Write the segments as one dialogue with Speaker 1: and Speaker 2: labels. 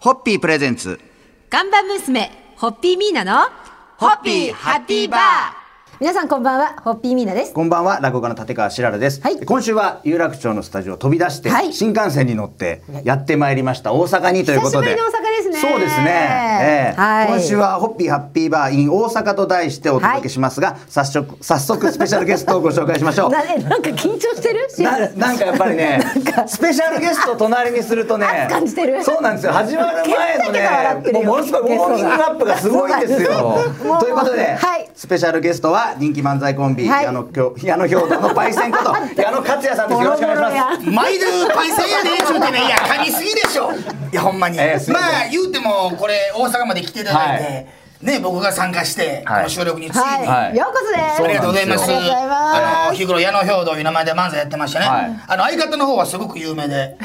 Speaker 1: ホッピープレゼンツ。
Speaker 2: ガンバ娘、ホッピーミーナの、
Speaker 1: ホッピーハッピーバー
Speaker 2: 皆さんこんばんは、ホッピーミーナです。
Speaker 1: こんばんは、落語家の立川しららです。
Speaker 2: はい
Speaker 1: 今週は有楽町のスタジオを飛び出して、
Speaker 2: はい
Speaker 1: 新幹線に乗ってやってまいりました。大阪にということで。
Speaker 2: 久しぶりの大阪ですね
Speaker 1: そうですね。ええ
Speaker 2: はい
Speaker 1: 今週はホッピーハッピーバー in 大阪と題してお届けしますが、早速早速スペシャルゲストをご紹介しましょう。
Speaker 2: な、なんか緊張してるし
Speaker 1: ななんかやっぱり ね
Speaker 2: か
Speaker 1: スペシャルゲストを隣にするとね
Speaker 2: 熱感じてる
Speaker 1: そうなんですよ始まる前の
Speaker 2: ケタケタ笑って
Speaker 1: ねも
Speaker 2: るよ
Speaker 1: うものすごいウォーミングアップがすごいんですよ
Speaker 2: ゲストが
Speaker 1: ということで、
Speaker 2: はい
Speaker 1: スペシャルゲストは人気漫才コンビ、
Speaker 2: はい
Speaker 1: 矢野きょ矢野兵道のパイセン こと矢野克也さんですよろしくお願いします
Speaker 2: ボロボロ
Speaker 3: 毎度パイセンやねちゅうてねいやかみすぎでしょいやほんまに、
Speaker 1: ええすいま
Speaker 3: ま
Speaker 1: せん
Speaker 3: あ言うてもこれ大阪まで来ていただいて、
Speaker 1: は
Speaker 3: ね僕が参加して、
Speaker 1: はい
Speaker 3: この収録についに、
Speaker 2: はい、
Speaker 1: はい
Speaker 2: ようこそです。
Speaker 1: そ
Speaker 3: ありがとうございます
Speaker 2: ありがとうございます
Speaker 3: あの日頃矢野兵道いう名前で漫才やってましてね、
Speaker 1: はい
Speaker 3: あの相方の方はすごく有 名で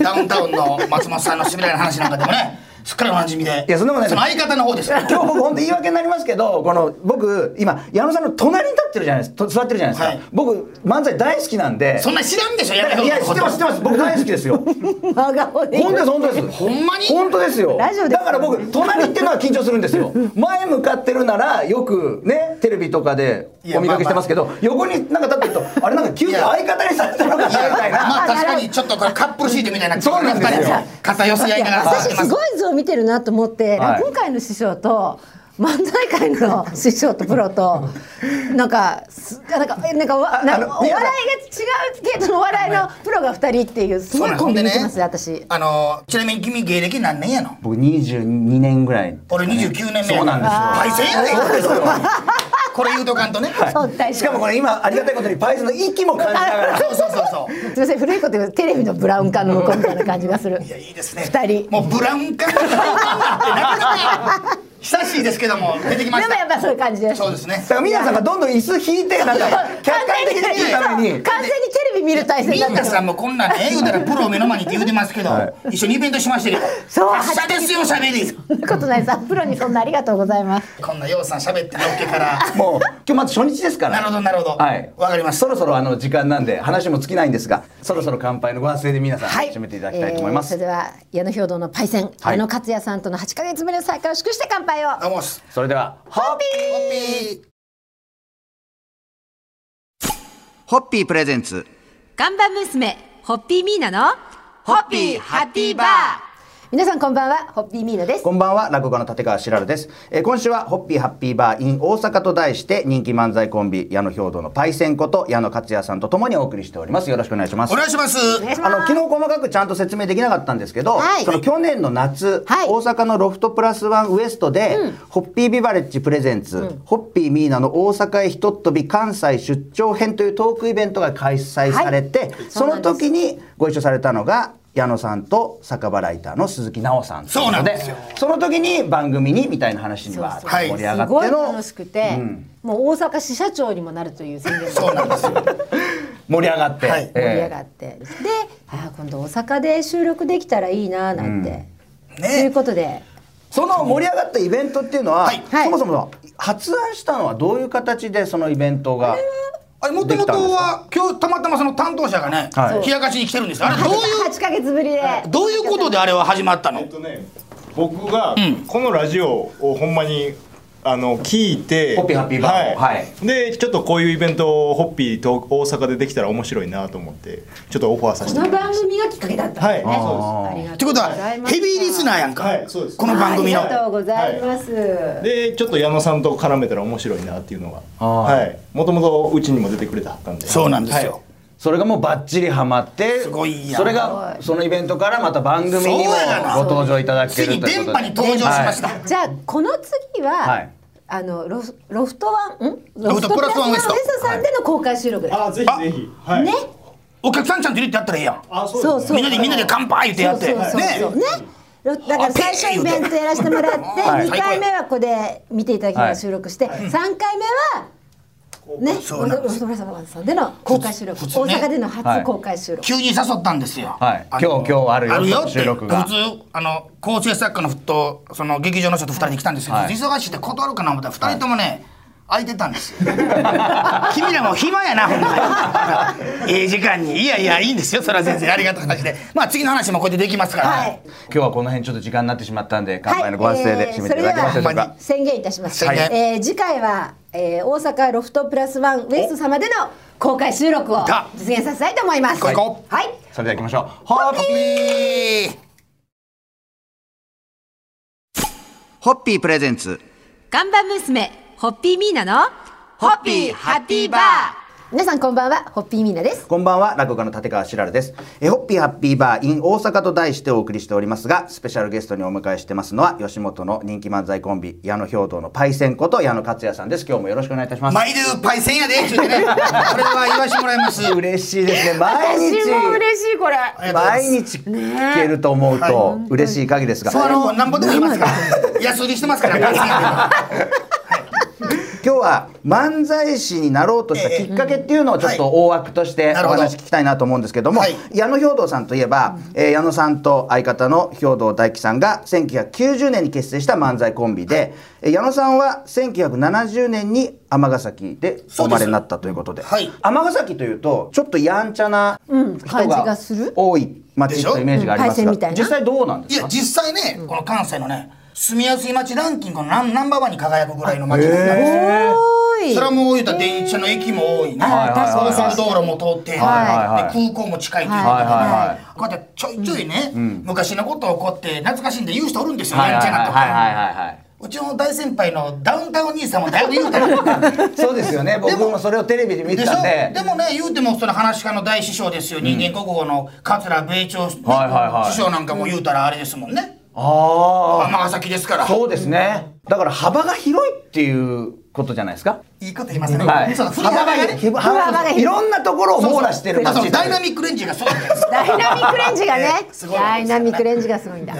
Speaker 3: ダウンタウンの松本さんの滑らない話なんかでもねすっかりおなじみで
Speaker 1: いやそんなことない
Speaker 3: の相方の方ですよ
Speaker 1: 今日僕本当言い訳になりますけどこの僕今矢野さんの隣に立ってるじゃないですかと座ってるじゃないですか、
Speaker 3: はい
Speaker 1: 僕漫才大好きなんで
Speaker 3: そんな知らんでしょ矢野
Speaker 1: い
Speaker 3: 兵
Speaker 1: や
Speaker 3: 道
Speaker 1: 知ってます知ってます僕大好きですよ本
Speaker 2: 真顔で。
Speaker 1: 当です本当です
Speaker 3: ほんまに
Speaker 1: 本当ですよ
Speaker 2: ラジオです
Speaker 1: だから僕隣行ってるのは緊張するんですよ前向かってるならよくねテレビとかでお見かけしてますけど、横になんか立ってるとあれなんか急に相方にされたのか
Speaker 3: い
Speaker 1: な
Speaker 3: や
Speaker 1: みたいな
Speaker 3: まあ確かにちょっとこれカップルシートみたいな
Speaker 1: そうなんですよ
Speaker 3: 二人肩寄せ合いながら座っ
Speaker 2: 私
Speaker 3: てます
Speaker 2: すごい図を見てるなと思っ
Speaker 1: は
Speaker 2: て、
Speaker 1: い
Speaker 2: 落語界の師匠と漫才界の師匠とプロとなんかすなんかなんかわなん
Speaker 1: あの
Speaker 2: かお笑い
Speaker 1: 宮
Speaker 2: が
Speaker 1: 田
Speaker 2: 違うけどお笑いのプロが二人っていうすごいコンビ見てます、私。
Speaker 3: あのちなみに君芸歴何年やの
Speaker 1: 僕22年ぐらい
Speaker 3: 俺29年目
Speaker 1: そうなんですよ
Speaker 3: パイセンやねん俺これ言うとかんとねそ
Speaker 2: そう大将
Speaker 1: しかもこれ今ありがたいことにパイセンの息も感じながら
Speaker 3: うそうそうそう
Speaker 2: すみません古いこと言うとテレビのブラウン管の向こうみたいな感じがする。
Speaker 3: いやいいですね
Speaker 2: 二人。
Speaker 3: もうブラウン管ってなかなか久しいですけども出てきま
Speaker 2: で
Speaker 3: し
Speaker 2: もやったぱそういう感じです。
Speaker 3: そうですね
Speaker 1: だから皆さんがどんどん椅子引いてなんか客観的に見るために
Speaker 2: 完全にテレビ見る体制に
Speaker 3: み
Speaker 2: なっ
Speaker 3: ん
Speaker 2: て
Speaker 3: な
Speaker 2: る
Speaker 3: さんもこんなんね言うたらプロを目の前にって言うてますけど、
Speaker 1: はい
Speaker 3: 一緒にイベントしましたけど
Speaker 2: そう
Speaker 3: 発射ですよ喋り
Speaker 2: そんなことないさプロにそんなありがとうございます。
Speaker 3: こんなようさん喋ってのっけから
Speaker 1: もう今日まず初日ですから
Speaker 3: なるほどなるほど
Speaker 1: はい
Speaker 3: わかりました
Speaker 1: そろそろあの時間なんで話も尽きないんですがそろそろ乾杯のご発声で皆さん締めていただきたいと思いま
Speaker 2: えーそ
Speaker 1: す
Speaker 2: れでは矢野兵道のパイセン、
Speaker 1: はい
Speaker 2: 矢野克也さんとの8か月ぶりの再会を祝して乾杯を。
Speaker 3: どうもっす
Speaker 1: それでは
Speaker 3: ホッピー
Speaker 1: ホッピープレゼンツ
Speaker 2: ガンバ娘ホッピーミーナの
Speaker 1: ホッピーハッピーバー。
Speaker 2: 皆さんこんばんはホッピーミーナです。
Speaker 1: こんばんは落語家の立川しらるです、えー今週はホッピーハッピーバー in 大阪と題して人気漫才コンビ矢野兵道のパイセンこと矢野克也さんとともにお送りしておりますよろしくお願いします
Speaker 3: お願いします
Speaker 2: 願いしま
Speaker 1: あ
Speaker 2: す
Speaker 1: の昨日細かくちゃんと説明できなかったんですけど、
Speaker 2: はい
Speaker 1: その去年の夏、
Speaker 2: はい
Speaker 1: 大阪のロフトプラスワンウエストで、ホッピービバレッジプレゼンツ、ホッピーミーナの大阪へひとっ飛び関西出張編というトークイベントが開催されて、その時にご一緒されたのが矢野さんと酒場ライターの鈴木奈緒さん
Speaker 3: そうなんですよ
Speaker 1: その時に番組にみたいな話には
Speaker 2: そうそう
Speaker 3: は
Speaker 1: 盛
Speaker 3: い
Speaker 1: り上がっ
Speaker 2: すご
Speaker 1: て
Speaker 2: い
Speaker 1: の
Speaker 2: 楽しくて、もう大阪支社長にもなるという宣言
Speaker 3: そうなんですよ
Speaker 1: 盛り上がって、
Speaker 3: はい
Speaker 1: ええ
Speaker 2: 盛り上がって、であー今度大阪で収録できたらいいななんて、ということで
Speaker 1: その盛り上がったイベントっていうのは、
Speaker 3: はい
Speaker 2: はい
Speaker 1: そもそも発案したのはどういう形でそのイベントが
Speaker 3: あれもと
Speaker 1: で
Speaker 3: も
Speaker 1: き
Speaker 3: と
Speaker 1: たんですか
Speaker 3: は今日たまたまその担当者がね、
Speaker 1: はい
Speaker 3: 冷やかしに来てるんですよあれどういう
Speaker 2: 8か月ぶりで
Speaker 3: どういうことであれは始まったの
Speaker 4: えっとね僕がこのラジオをほんまにあの聞いて
Speaker 1: ホッピーハッピーバーを
Speaker 4: はい
Speaker 1: は
Speaker 4: でちょっとこういうイベントをホッピーと大阪でできたら面白いなと思ってちょっとオファーさ
Speaker 2: こ
Speaker 4: せても
Speaker 2: の
Speaker 4: らいま
Speaker 2: 番
Speaker 4: し
Speaker 2: 組がきっかけだったんですね、
Speaker 4: はい
Speaker 1: あー
Speaker 2: ありが
Speaker 3: ってことはヘビーリスナーやん
Speaker 4: た
Speaker 3: か、
Speaker 4: はいそうです
Speaker 3: この番組の
Speaker 2: ありがとうございます、
Speaker 4: でちょっと矢野さんと絡めたら面白いなっていうのが
Speaker 1: あー
Speaker 4: はいもともとうちにも出てくれたはったんで
Speaker 3: そうなんですよ、
Speaker 1: それがもうバッチリハマって
Speaker 3: すごいやん
Speaker 1: それがそのイベントからまた番組にも
Speaker 3: そうやな
Speaker 1: ご登場いただけ
Speaker 3: つい
Speaker 1: るとい
Speaker 3: に
Speaker 1: うことで
Speaker 3: 電波に登場しました、
Speaker 2: じゃあこの次は、
Speaker 1: はい
Speaker 2: あのロフロフトワンん
Speaker 3: ロフトプラスワンウエスト
Speaker 2: ロフトプラさんでの公開収録です、
Speaker 4: あーぜひぜひはい
Speaker 2: ね
Speaker 3: お客さんちゃんと入れてやったらいいやん
Speaker 4: あそう
Speaker 2: そう
Speaker 4: です
Speaker 2: そう
Speaker 3: みんなでみんなで乾杯ってやって
Speaker 2: そうそうそうそう
Speaker 3: ね
Speaker 2: ねロだから最初イベントやらせてもらって
Speaker 3: はい
Speaker 2: 2回目はここで見ていただきながら収録して3回目はね
Speaker 3: そうなん
Speaker 2: ロフトプラスワンさんでの公開収録
Speaker 3: 普
Speaker 2: 大
Speaker 3: 通ね
Speaker 2: 阪での初公開収録
Speaker 3: 急に誘ったんですよ、
Speaker 1: はい
Speaker 3: あの
Speaker 1: 今日今日あるよ
Speaker 3: あるよって
Speaker 1: 収録が
Speaker 3: 普通あの構成作家のとその劇場の人と二人で来たんですけど、
Speaker 1: はい
Speaker 3: 忙しいって断るかな思ったら二人ともね、空いてたんですよ 君らも暇やなほんまにええ時間にいやいやいいんですよそれは全然ありがたい話でまあ次の話もこうやってできますから、
Speaker 2: はい
Speaker 1: 今日はこの辺ちょっと時間になってしまったんで乾杯のご発声で締めていただけますでしょう
Speaker 3: はい
Speaker 1: か
Speaker 3: え、
Speaker 2: 宣言いたします、
Speaker 3: はい
Speaker 2: えー次回は、えー大阪ロフトプラスワンウエスト様での公開収録を
Speaker 3: だ
Speaker 2: 実現させたいと思います
Speaker 3: 行こう
Speaker 2: はい
Speaker 1: それでは行きましょうホッピー
Speaker 3: えー
Speaker 1: ホッピープレゼンツ
Speaker 5: ガンバ娘、ホッピーミーナの、
Speaker 1: ホッピーハッピーバー
Speaker 2: 皆さんこんばんはホッピーミーナです
Speaker 1: こんばんは、落語家の立川しらるです。えー、ホッピーハッピーバー in 大阪と題してお送りしておりますが、スペシャルゲストにお迎えしてますのは、吉本の人気漫才コンビ、矢野兵道のパイセンこと矢野克也さんです。今日もよろしくお願いいたします。
Speaker 3: マイルーパイセンやでって言ってねこれは言わしてもらいます
Speaker 1: 嬉しいですね。毎日。
Speaker 2: しいこれ
Speaker 3: ありがとうござい
Speaker 1: 毎
Speaker 3: ます
Speaker 1: 日聞けると思うと嬉しい限りですが、
Speaker 3: そうあのなんぼでも言いますから安売りしてますからパイセンや
Speaker 1: 今日は漫才師になろうとしたきっかけっていうのをちょっと大枠として
Speaker 3: なる
Speaker 1: お
Speaker 3: ほど
Speaker 1: 話聞きたいなと思うんですけども、
Speaker 3: はい
Speaker 1: 矢野兵道さんといえば、えー矢野さんと相方の兵道大樹さんが1990年に結成した漫才コンビで、えー矢野さんは1970年に尼崎でお生まれになったということで
Speaker 3: そうです
Speaker 1: 尼崎というとちょっとやんちゃな人
Speaker 2: 感じ
Speaker 1: が
Speaker 2: がする
Speaker 1: 多い町というイメージがありま
Speaker 2: で
Speaker 1: す
Speaker 2: しょ
Speaker 1: が、
Speaker 2: うんパイセンみたいな
Speaker 1: 実際どうなんで
Speaker 3: い
Speaker 1: す
Speaker 3: や
Speaker 1: か
Speaker 3: 実際ね、この関西のね住みやすい街ランキングのナンナンバーワンに輝くぐらいの街だったんですよ
Speaker 2: おーい
Speaker 3: それはもう言うたら電車の駅も多いね
Speaker 1: はいはいはい
Speaker 3: 高速道路も通って、
Speaker 1: はい
Speaker 3: で空港も近いということで、
Speaker 1: はいはいは
Speaker 3: こうやってちょいちょいね、昔のことをこうやって懐かしんで言う人おるんですよ、
Speaker 1: はい
Speaker 3: やん
Speaker 1: はい
Speaker 3: ち
Speaker 1: は
Speaker 3: ゃなとか、
Speaker 1: いはいはいはい
Speaker 3: うちの大先輩のダウンタウン兄さんもだいぶ言うた ら
Speaker 1: そうですよね僕もそれをテレビで見て
Speaker 3: でしょ
Speaker 1: たんで
Speaker 3: でもね言うてもその話し家の大師匠ですよ、人間国宝の桂米朝、ね
Speaker 1: はいはいはい
Speaker 3: 師匠なんかも言うたらあれですもんね
Speaker 1: あ
Speaker 3: 尼崎ですから
Speaker 1: あ、そうですね。だから幅が広いっていうことじゃないですか。
Speaker 3: いいこと言いますね、
Speaker 1: はい。
Speaker 3: そう振り
Speaker 1: 幅が
Speaker 3: 幅がね
Speaker 1: 広い。幅が広い。いろんなところを網羅してる
Speaker 3: あそう
Speaker 1: 街。
Speaker 3: ダイナミックレンジがそうなんです
Speaker 2: ダイナミックレンジがね
Speaker 3: すごい
Speaker 2: ダイナミックレンジがすごいんだ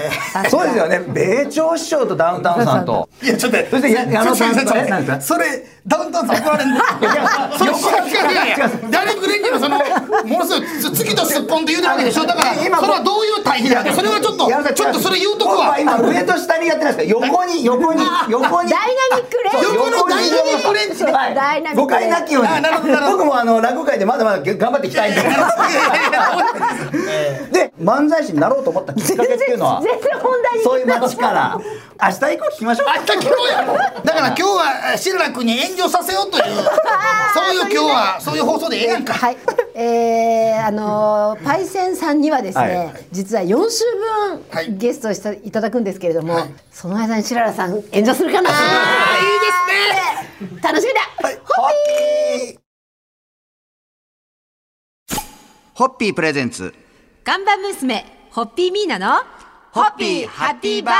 Speaker 1: そうですよね。米朝師匠とダウンタウンさんと。
Speaker 3: いやちょっと
Speaker 1: そしてや矢野さんとね
Speaker 3: それ
Speaker 1: なんですか
Speaker 3: それダウンタウンさん怒られるんですよ
Speaker 1: いや
Speaker 3: いやいやいやいやダイナミックレンジのそのものすごいつ次とすっぽんと言うてるわけでしょだから
Speaker 1: いや今
Speaker 3: それはどういう対比なんだそれはちょっ
Speaker 1: 矢野さん
Speaker 3: とちょっとそれ言うとこは
Speaker 1: 今上と下にやってないですか。横 に横に横
Speaker 2: ダイ
Speaker 1: に。
Speaker 2: ナミックレンジ
Speaker 3: 横のダイナミックレンジね
Speaker 1: はい
Speaker 2: ダイナミックレンジ
Speaker 1: 誤解なきように
Speaker 3: あなるほどなるほど
Speaker 1: 僕もあの落語界でまだまだ頑張っていきたいんで で漫才師になろうと思ったきっかけっていうのは
Speaker 2: 全然本題に
Speaker 1: そういう街から明日以降聞きましょう
Speaker 3: 明日聞こうやだから今日はえシルラ君に炎上させようというそういう今日はそういう放送でええやんか
Speaker 2: はい、えー、あのーパイセンさんにはですね、
Speaker 1: はい
Speaker 2: 実は4週
Speaker 3: は
Speaker 2: 分
Speaker 3: い
Speaker 2: ゲストをしたいただくんですけれども、
Speaker 3: はい
Speaker 2: その間に白良さん炎上するかな
Speaker 3: あ
Speaker 2: いいですね楽しみだ、
Speaker 1: ホッピープレゼンツ
Speaker 5: ガンバ娘、ホッピーミーナの、ホッピーハッピーバー。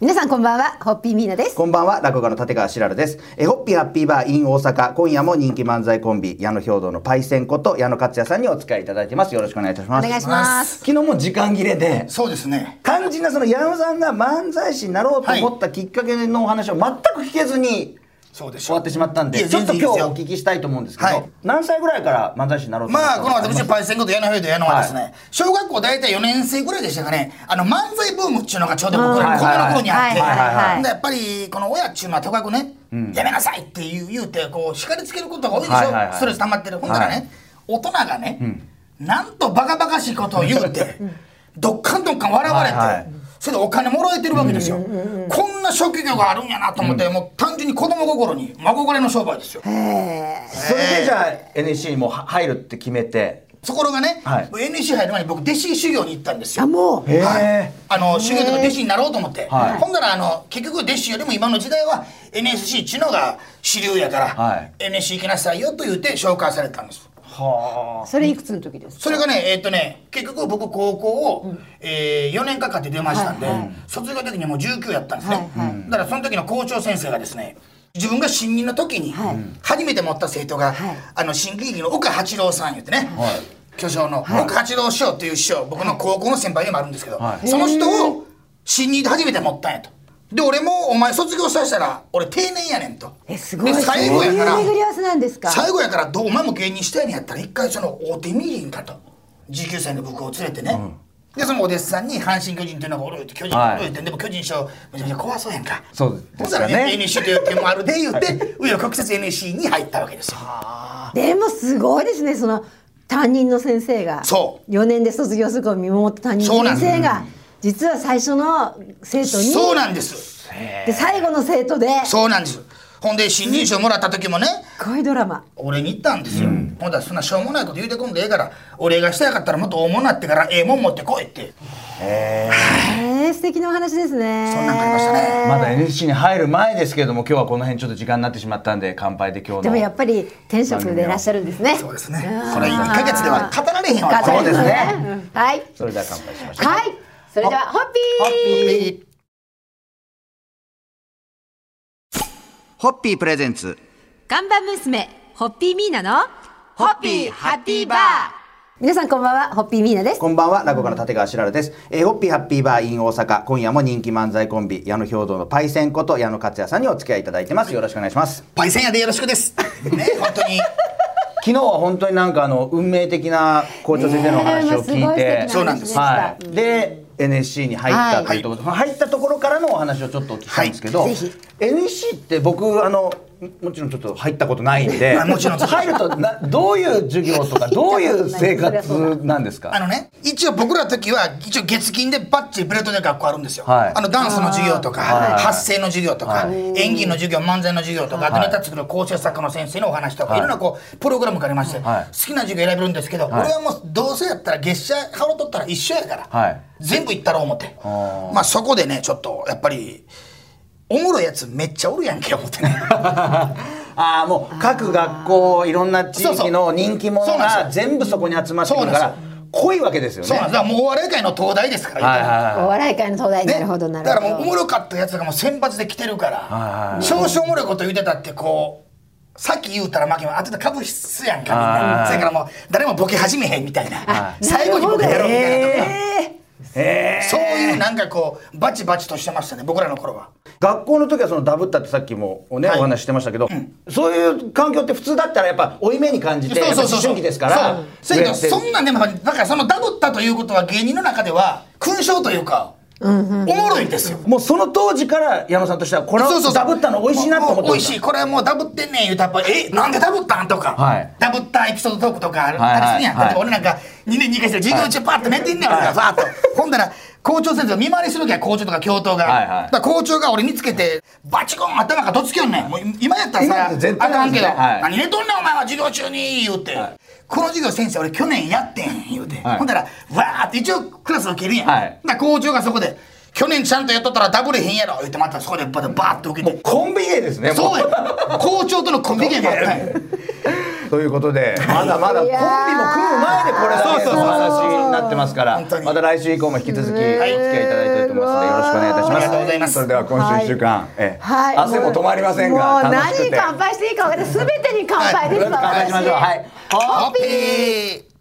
Speaker 2: 皆さんこんばんはホッピーミーナです
Speaker 1: こんばんは落語家の立川しらるですえホッピーハッピーバー in 大阪今夜も人気漫才コンビ矢野兵道のパイセンこと矢野克也さんにお付き合いいただいてますよろしくお願いいたしま
Speaker 2: お
Speaker 1: す
Speaker 2: 願いします
Speaker 1: 昨日も時間切れで
Speaker 3: そうですね
Speaker 1: 肝心なその矢野さんが漫才師になろうと思ったきっかけのお話を全く聞けずに
Speaker 3: そうでし
Speaker 1: 終わ
Speaker 3: ょ
Speaker 1: ってしまったん
Speaker 3: い
Speaker 1: で
Speaker 3: や
Speaker 1: ちょっ
Speaker 3: 全
Speaker 1: と
Speaker 3: 然
Speaker 1: 今
Speaker 3: いいですよ
Speaker 1: 日お聞きしたいと思うんですけど、
Speaker 3: はい
Speaker 1: 何歳ぐらいから漫才師になろうと思っ
Speaker 3: まあ
Speaker 1: た
Speaker 3: この私
Speaker 1: ッ
Speaker 3: パイセンこと矢野兵と矢野はですね、小学校大体4年生ぐらいでしたかねあの漫才ブームっていうのがちょうど僕らの子供の頃にあって、
Speaker 2: はいはいはいはい
Speaker 3: でやっぱりこの親っちゅうのはとかくね、やめなさいって言う言うてこう叱りつけることが多いでしょ、
Speaker 1: はいはいはい
Speaker 3: ストレス溜まってるほんならね、
Speaker 1: はい
Speaker 3: 大人がね、なんとバカバカしいことを言うてどっかんどっかん笑われて。
Speaker 1: はいはい
Speaker 3: それでお金もらえてるわけですよ、こんな職業があるんやなと思って、もう単純に子供心に孫れの商売ですよ
Speaker 1: それでじゃあ NSC にもう入るって決めて
Speaker 3: ところがね、
Speaker 1: はい
Speaker 3: NSC 入る前に僕弟子修行に行ったんですよ
Speaker 2: あもう
Speaker 1: へえ、
Speaker 3: あの修行とか弟子になろうと思って、
Speaker 1: はい
Speaker 3: ほんならあの結局弟子よりも今の時代は NSC っちゅうのが主流やから、
Speaker 1: はい
Speaker 3: NSC 行きなさいよと言って紹介されたんです
Speaker 2: それいくつの時ですか
Speaker 3: それがねえーっとね結局僕高校を、え4年かかって出ましたんで、卒業の時にはもう19やったんですね、
Speaker 2: はい
Speaker 3: だからその時の校長先生がですね自分が新任の時に
Speaker 2: はい
Speaker 3: 初めて持った生徒が、
Speaker 2: はい
Speaker 3: あの新喜劇の岡八郎さん言ってね、
Speaker 1: はい
Speaker 3: 巨匠の岡八郎師匠という師匠僕の高校の先輩でもあるんですけど、
Speaker 1: はい
Speaker 3: その人を新任で初めて持ったんやと。で俺もお前卒業させたら俺定年やねんと
Speaker 2: えすごい
Speaker 3: で最後やから
Speaker 2: そういう巡り合わせなんですか
Speaker 3: 最後やからどうお前も芸人したいんやったら一回その大手ミーリンかと19歳の僕を連れてね、でそのお弟子さんに阪神・巨人っていうのがおるって巨人がおるって、でも巨人師匠めちゃめちゃ怖そうやんか
Speaker 1: そうで
Speaker 3: ほん
Speaker 1: す
Speaker 3: な
Speaker 1: よ
Speaker 3: らね
Speaker 1: ね
Speaker 3: NEC という点もあるで言って紆余曲折 NEC に入ったわけですよ
Speaker 2: でもすごいですねその担任の先生が
Speaker 3: そ
Speaker 2: 4年で卒業する子を見守った担任
Speaker 3: そうな
Speaker 2: の
Speaker 3: ん
Speaker 2: 先生が
Speaker 3: で
Speaker 2: 実は最初の生徒に
Speaker 3: そうなんです
Speaker 2: で最後の生徒で
Speaker 3: そうなんですほんで新人賞もらった時もね
Speaker 2: すごいドラマ
Speaker 3: 俺に言ったんですよ、ほんだらそんなしょうもないこと言うてこんでええから俺がしたやかったらもっと大物なってからええもん持ってこいって
Speaker 2: えー、素敵なお話ですね
Speaker 3: そんなんがありましたね
Speaker 1: まだ NSC に入る前ですけれども今日はこの辺ちょっと時間になってしまったんで乾杯で今日の
Speaker 2: でもやっぱり転職でいらっしゃるんですね
Speaker 3: そうですねこれ1か月では語られへんわ
Speaker 1: そうですね
Speaker 2: うんはい
Speaker 1: それでは乾杯しましょう
Speaker 2: はいそれではホッピー
Speaker 1: ホッピープレゼンツ
Speaker 5: 看板娘ホッピーミーナのホッピーハッピーバー
Speaker 2: 皆さんこんばんはホッピーミーナです
Speaker 1: こんばんは、落語家の立川しらるです。えー、ホッピーハッピーバーイン大阪、今夜も人気漫才コンビ、矢野兵道のパイセンこと矢野克也さんにお付き合いいただいてます。よろしくお願いします。
Speaker 3: パイセンやでよろし くですね本当に
Speaker 1: 昨日は本当になんかあの運命的な校長先生のお話を聞いて、
Speaker 2: ねえ
Speaker 3: そうなんです
Speaker 1: はい。で、NSC に入ったというところ、入ったところからのお話をちょっとお聞きしたいんですけど、
Speaker 2: はいぜ
Speaker 1: NSC って僕あのもちろんちょっと入ったことないんで、
Speaker 3: もちろん
Speaker 1: 入るとなどういう授業と かどういう生活なんです
Speaker 3: あ
Speaker 1: か。
Speaker 3: のね、一応僕らの時は、一応月金でバッチリプレートで学校あるんですよ。
Speaker 1: はい
Speaker 3: あのダンスの授業とか、
Speaker 1: はい
Speaker 3: 発声の授業とか、
Speaker 1: は
Speaker 3: 演技の授業、漫才の授業とか、あとネタ作る構成作家の先生のお話とか、
Speaker 1: はい
Speaker 3: い、ろんなこう、プログラムがありまして、
Speaker 1: はい
Speaker 3: 好きな授業選べるんですけど、
Speaker 1: い
Speaker 3: 俺はもうどうせやったら月謝払っとったら一緒やから、
Speaker 1: はい
Speaker 3: 全部行ったろう思って
Speaker 1: あ。
Speaker 3: まあそこでね、ちょっと、やっぱり、おもろいやつめっちゃおるやんけ、思っ てね。
Speaker 1: ああもう各学校いろんな地域の人気者
Speaker 3: そうそうそうな
Speaker 1: が
Speaker 3: んです
Speaker 1: 全部そこに集まってくるか
Speaker 3: そうな
Speaker 1: ら
Speaker 3: ん
Speaker 1: 濃いわけですよね。
Speaker 3: そうなんです。だからもうお笑い界の東大ですから、
Speaker 1: はいはい
Speaker 2: お
Speaker 1: はい。
Speaker 2: 笑い界の東大
Speaker 3: ね
Speaker 2: なるほどなる
Speaker 3: だ
Speaker 2: ほど
Speaker 3: からもうおもろかったやつがもう選抜で来てるから、
Speaker 1: はいはい
Speaker 3: 少々おもろいこと言うてたってこうさっき言うたら負けはあとで株質やんかみん
Speaker 1: は
Speaker 3: ないそれからもう誰もボケ始めへんみたいな最後にボケやろうみたいなとか、そういうなんかこうバチバチとしてましたね僕らの頃は
Speaker 1: 学校の時はそのダブったってさっきもね、
Speaker 3: はい
Speaker 1: お話してましたけど、そういう環境って普通だったらやっぱ負い目に感じて
Speaker 3: そうそうそう
Speaker 1: やっぱ思春期ですから
Speaker 3: そうそうやけ
Speaker 1: 上
Speaker 3: ど
Speaker 1: やっ
Speaker 3: そ
Speaker 1: て
Speaker 3: んなんでもなんかそのダブったということは芸人の中では勲章というか、おもろいんですよ
Speaker 1: もうその当時から矢野さんとしてはこれ
Speaker 3: そうそうそ
Speaker 1: を
Speaker 3: う
Speaker 1: ダブったの美味しいなと思って
Speaker 3: もう
Speaker 1: ま
Speaker 3: 美味
Speaker 1: し
Speaker 3: しいこれはもうダブってんねん言うたらやっぱえなんでダブったんとか、
Speaker 1: はい
Speaker 3: ダブったエピソードトークとかある
Speaker 1: はいはい
Speaker 3: あれするやん、
Speaker 1: はい
Speaker 3: 例えば俺なんか2年2回して授業中パッと寝てんねん俺がパッと、ほんだら校長先生が見回りする時は校長とか教頭が、
Speaker 1: はいはい
Speaker 3: だから校長が俺見つけてバチコン頭がどつきよんねんもう今やったら
Speaker 1: 今やった
Speaker 3: さ
Speaker 1: ら絶
Speaker 3: あ
Speaker 1: 対
Speaker 3: か
Speaker 1: なん
Speaker 3: ん
Speaker 1: で
Speaker 3: け
Speaker 1: す
Speaker 3: ど、
Speaker 1: ねはい
Speaker 3: 何寝とんねんお前は授業中に言うて、この授業先生俺去年やってん言うて、
Speaker 1: はい
Speaker 3: ほんだらわーって一応クラス受けるやん、
Speaker 1: はい
Speaker 3: だから校長がそこで去年ちゃんとやっとったらダブれへんやろ言ってまたそこでバーッと受けて
Speaker 1: コンビ芸ですねもう
Speaker 3: そうや校長とのコンビ芸もあったんや
Speaker 1: ということでまだまだコンビも組む前でこれだけのお話になってますから
Speaker 3: 本当に
Speaker 1: また来週以降も引き続きお付き合いいただいておりますのでよろしくお願いいたします
Speaker 3: ありがとうございます
Speaker 1: それでは今週一週間ええ
Speaker 2: はい、
Speaker 1: 汗も止まりません
Speaker 2: もう
Speaker 1: が楽し
Speaker 2: 何
Speaker 1: く
Speaker 2: に
Speaker 1: て
Speaker 2: 乾杯していいか分かんない全てに乾杯です、
Speaker 1: 乾杯しましょうはい
Speaker 3: ハッピー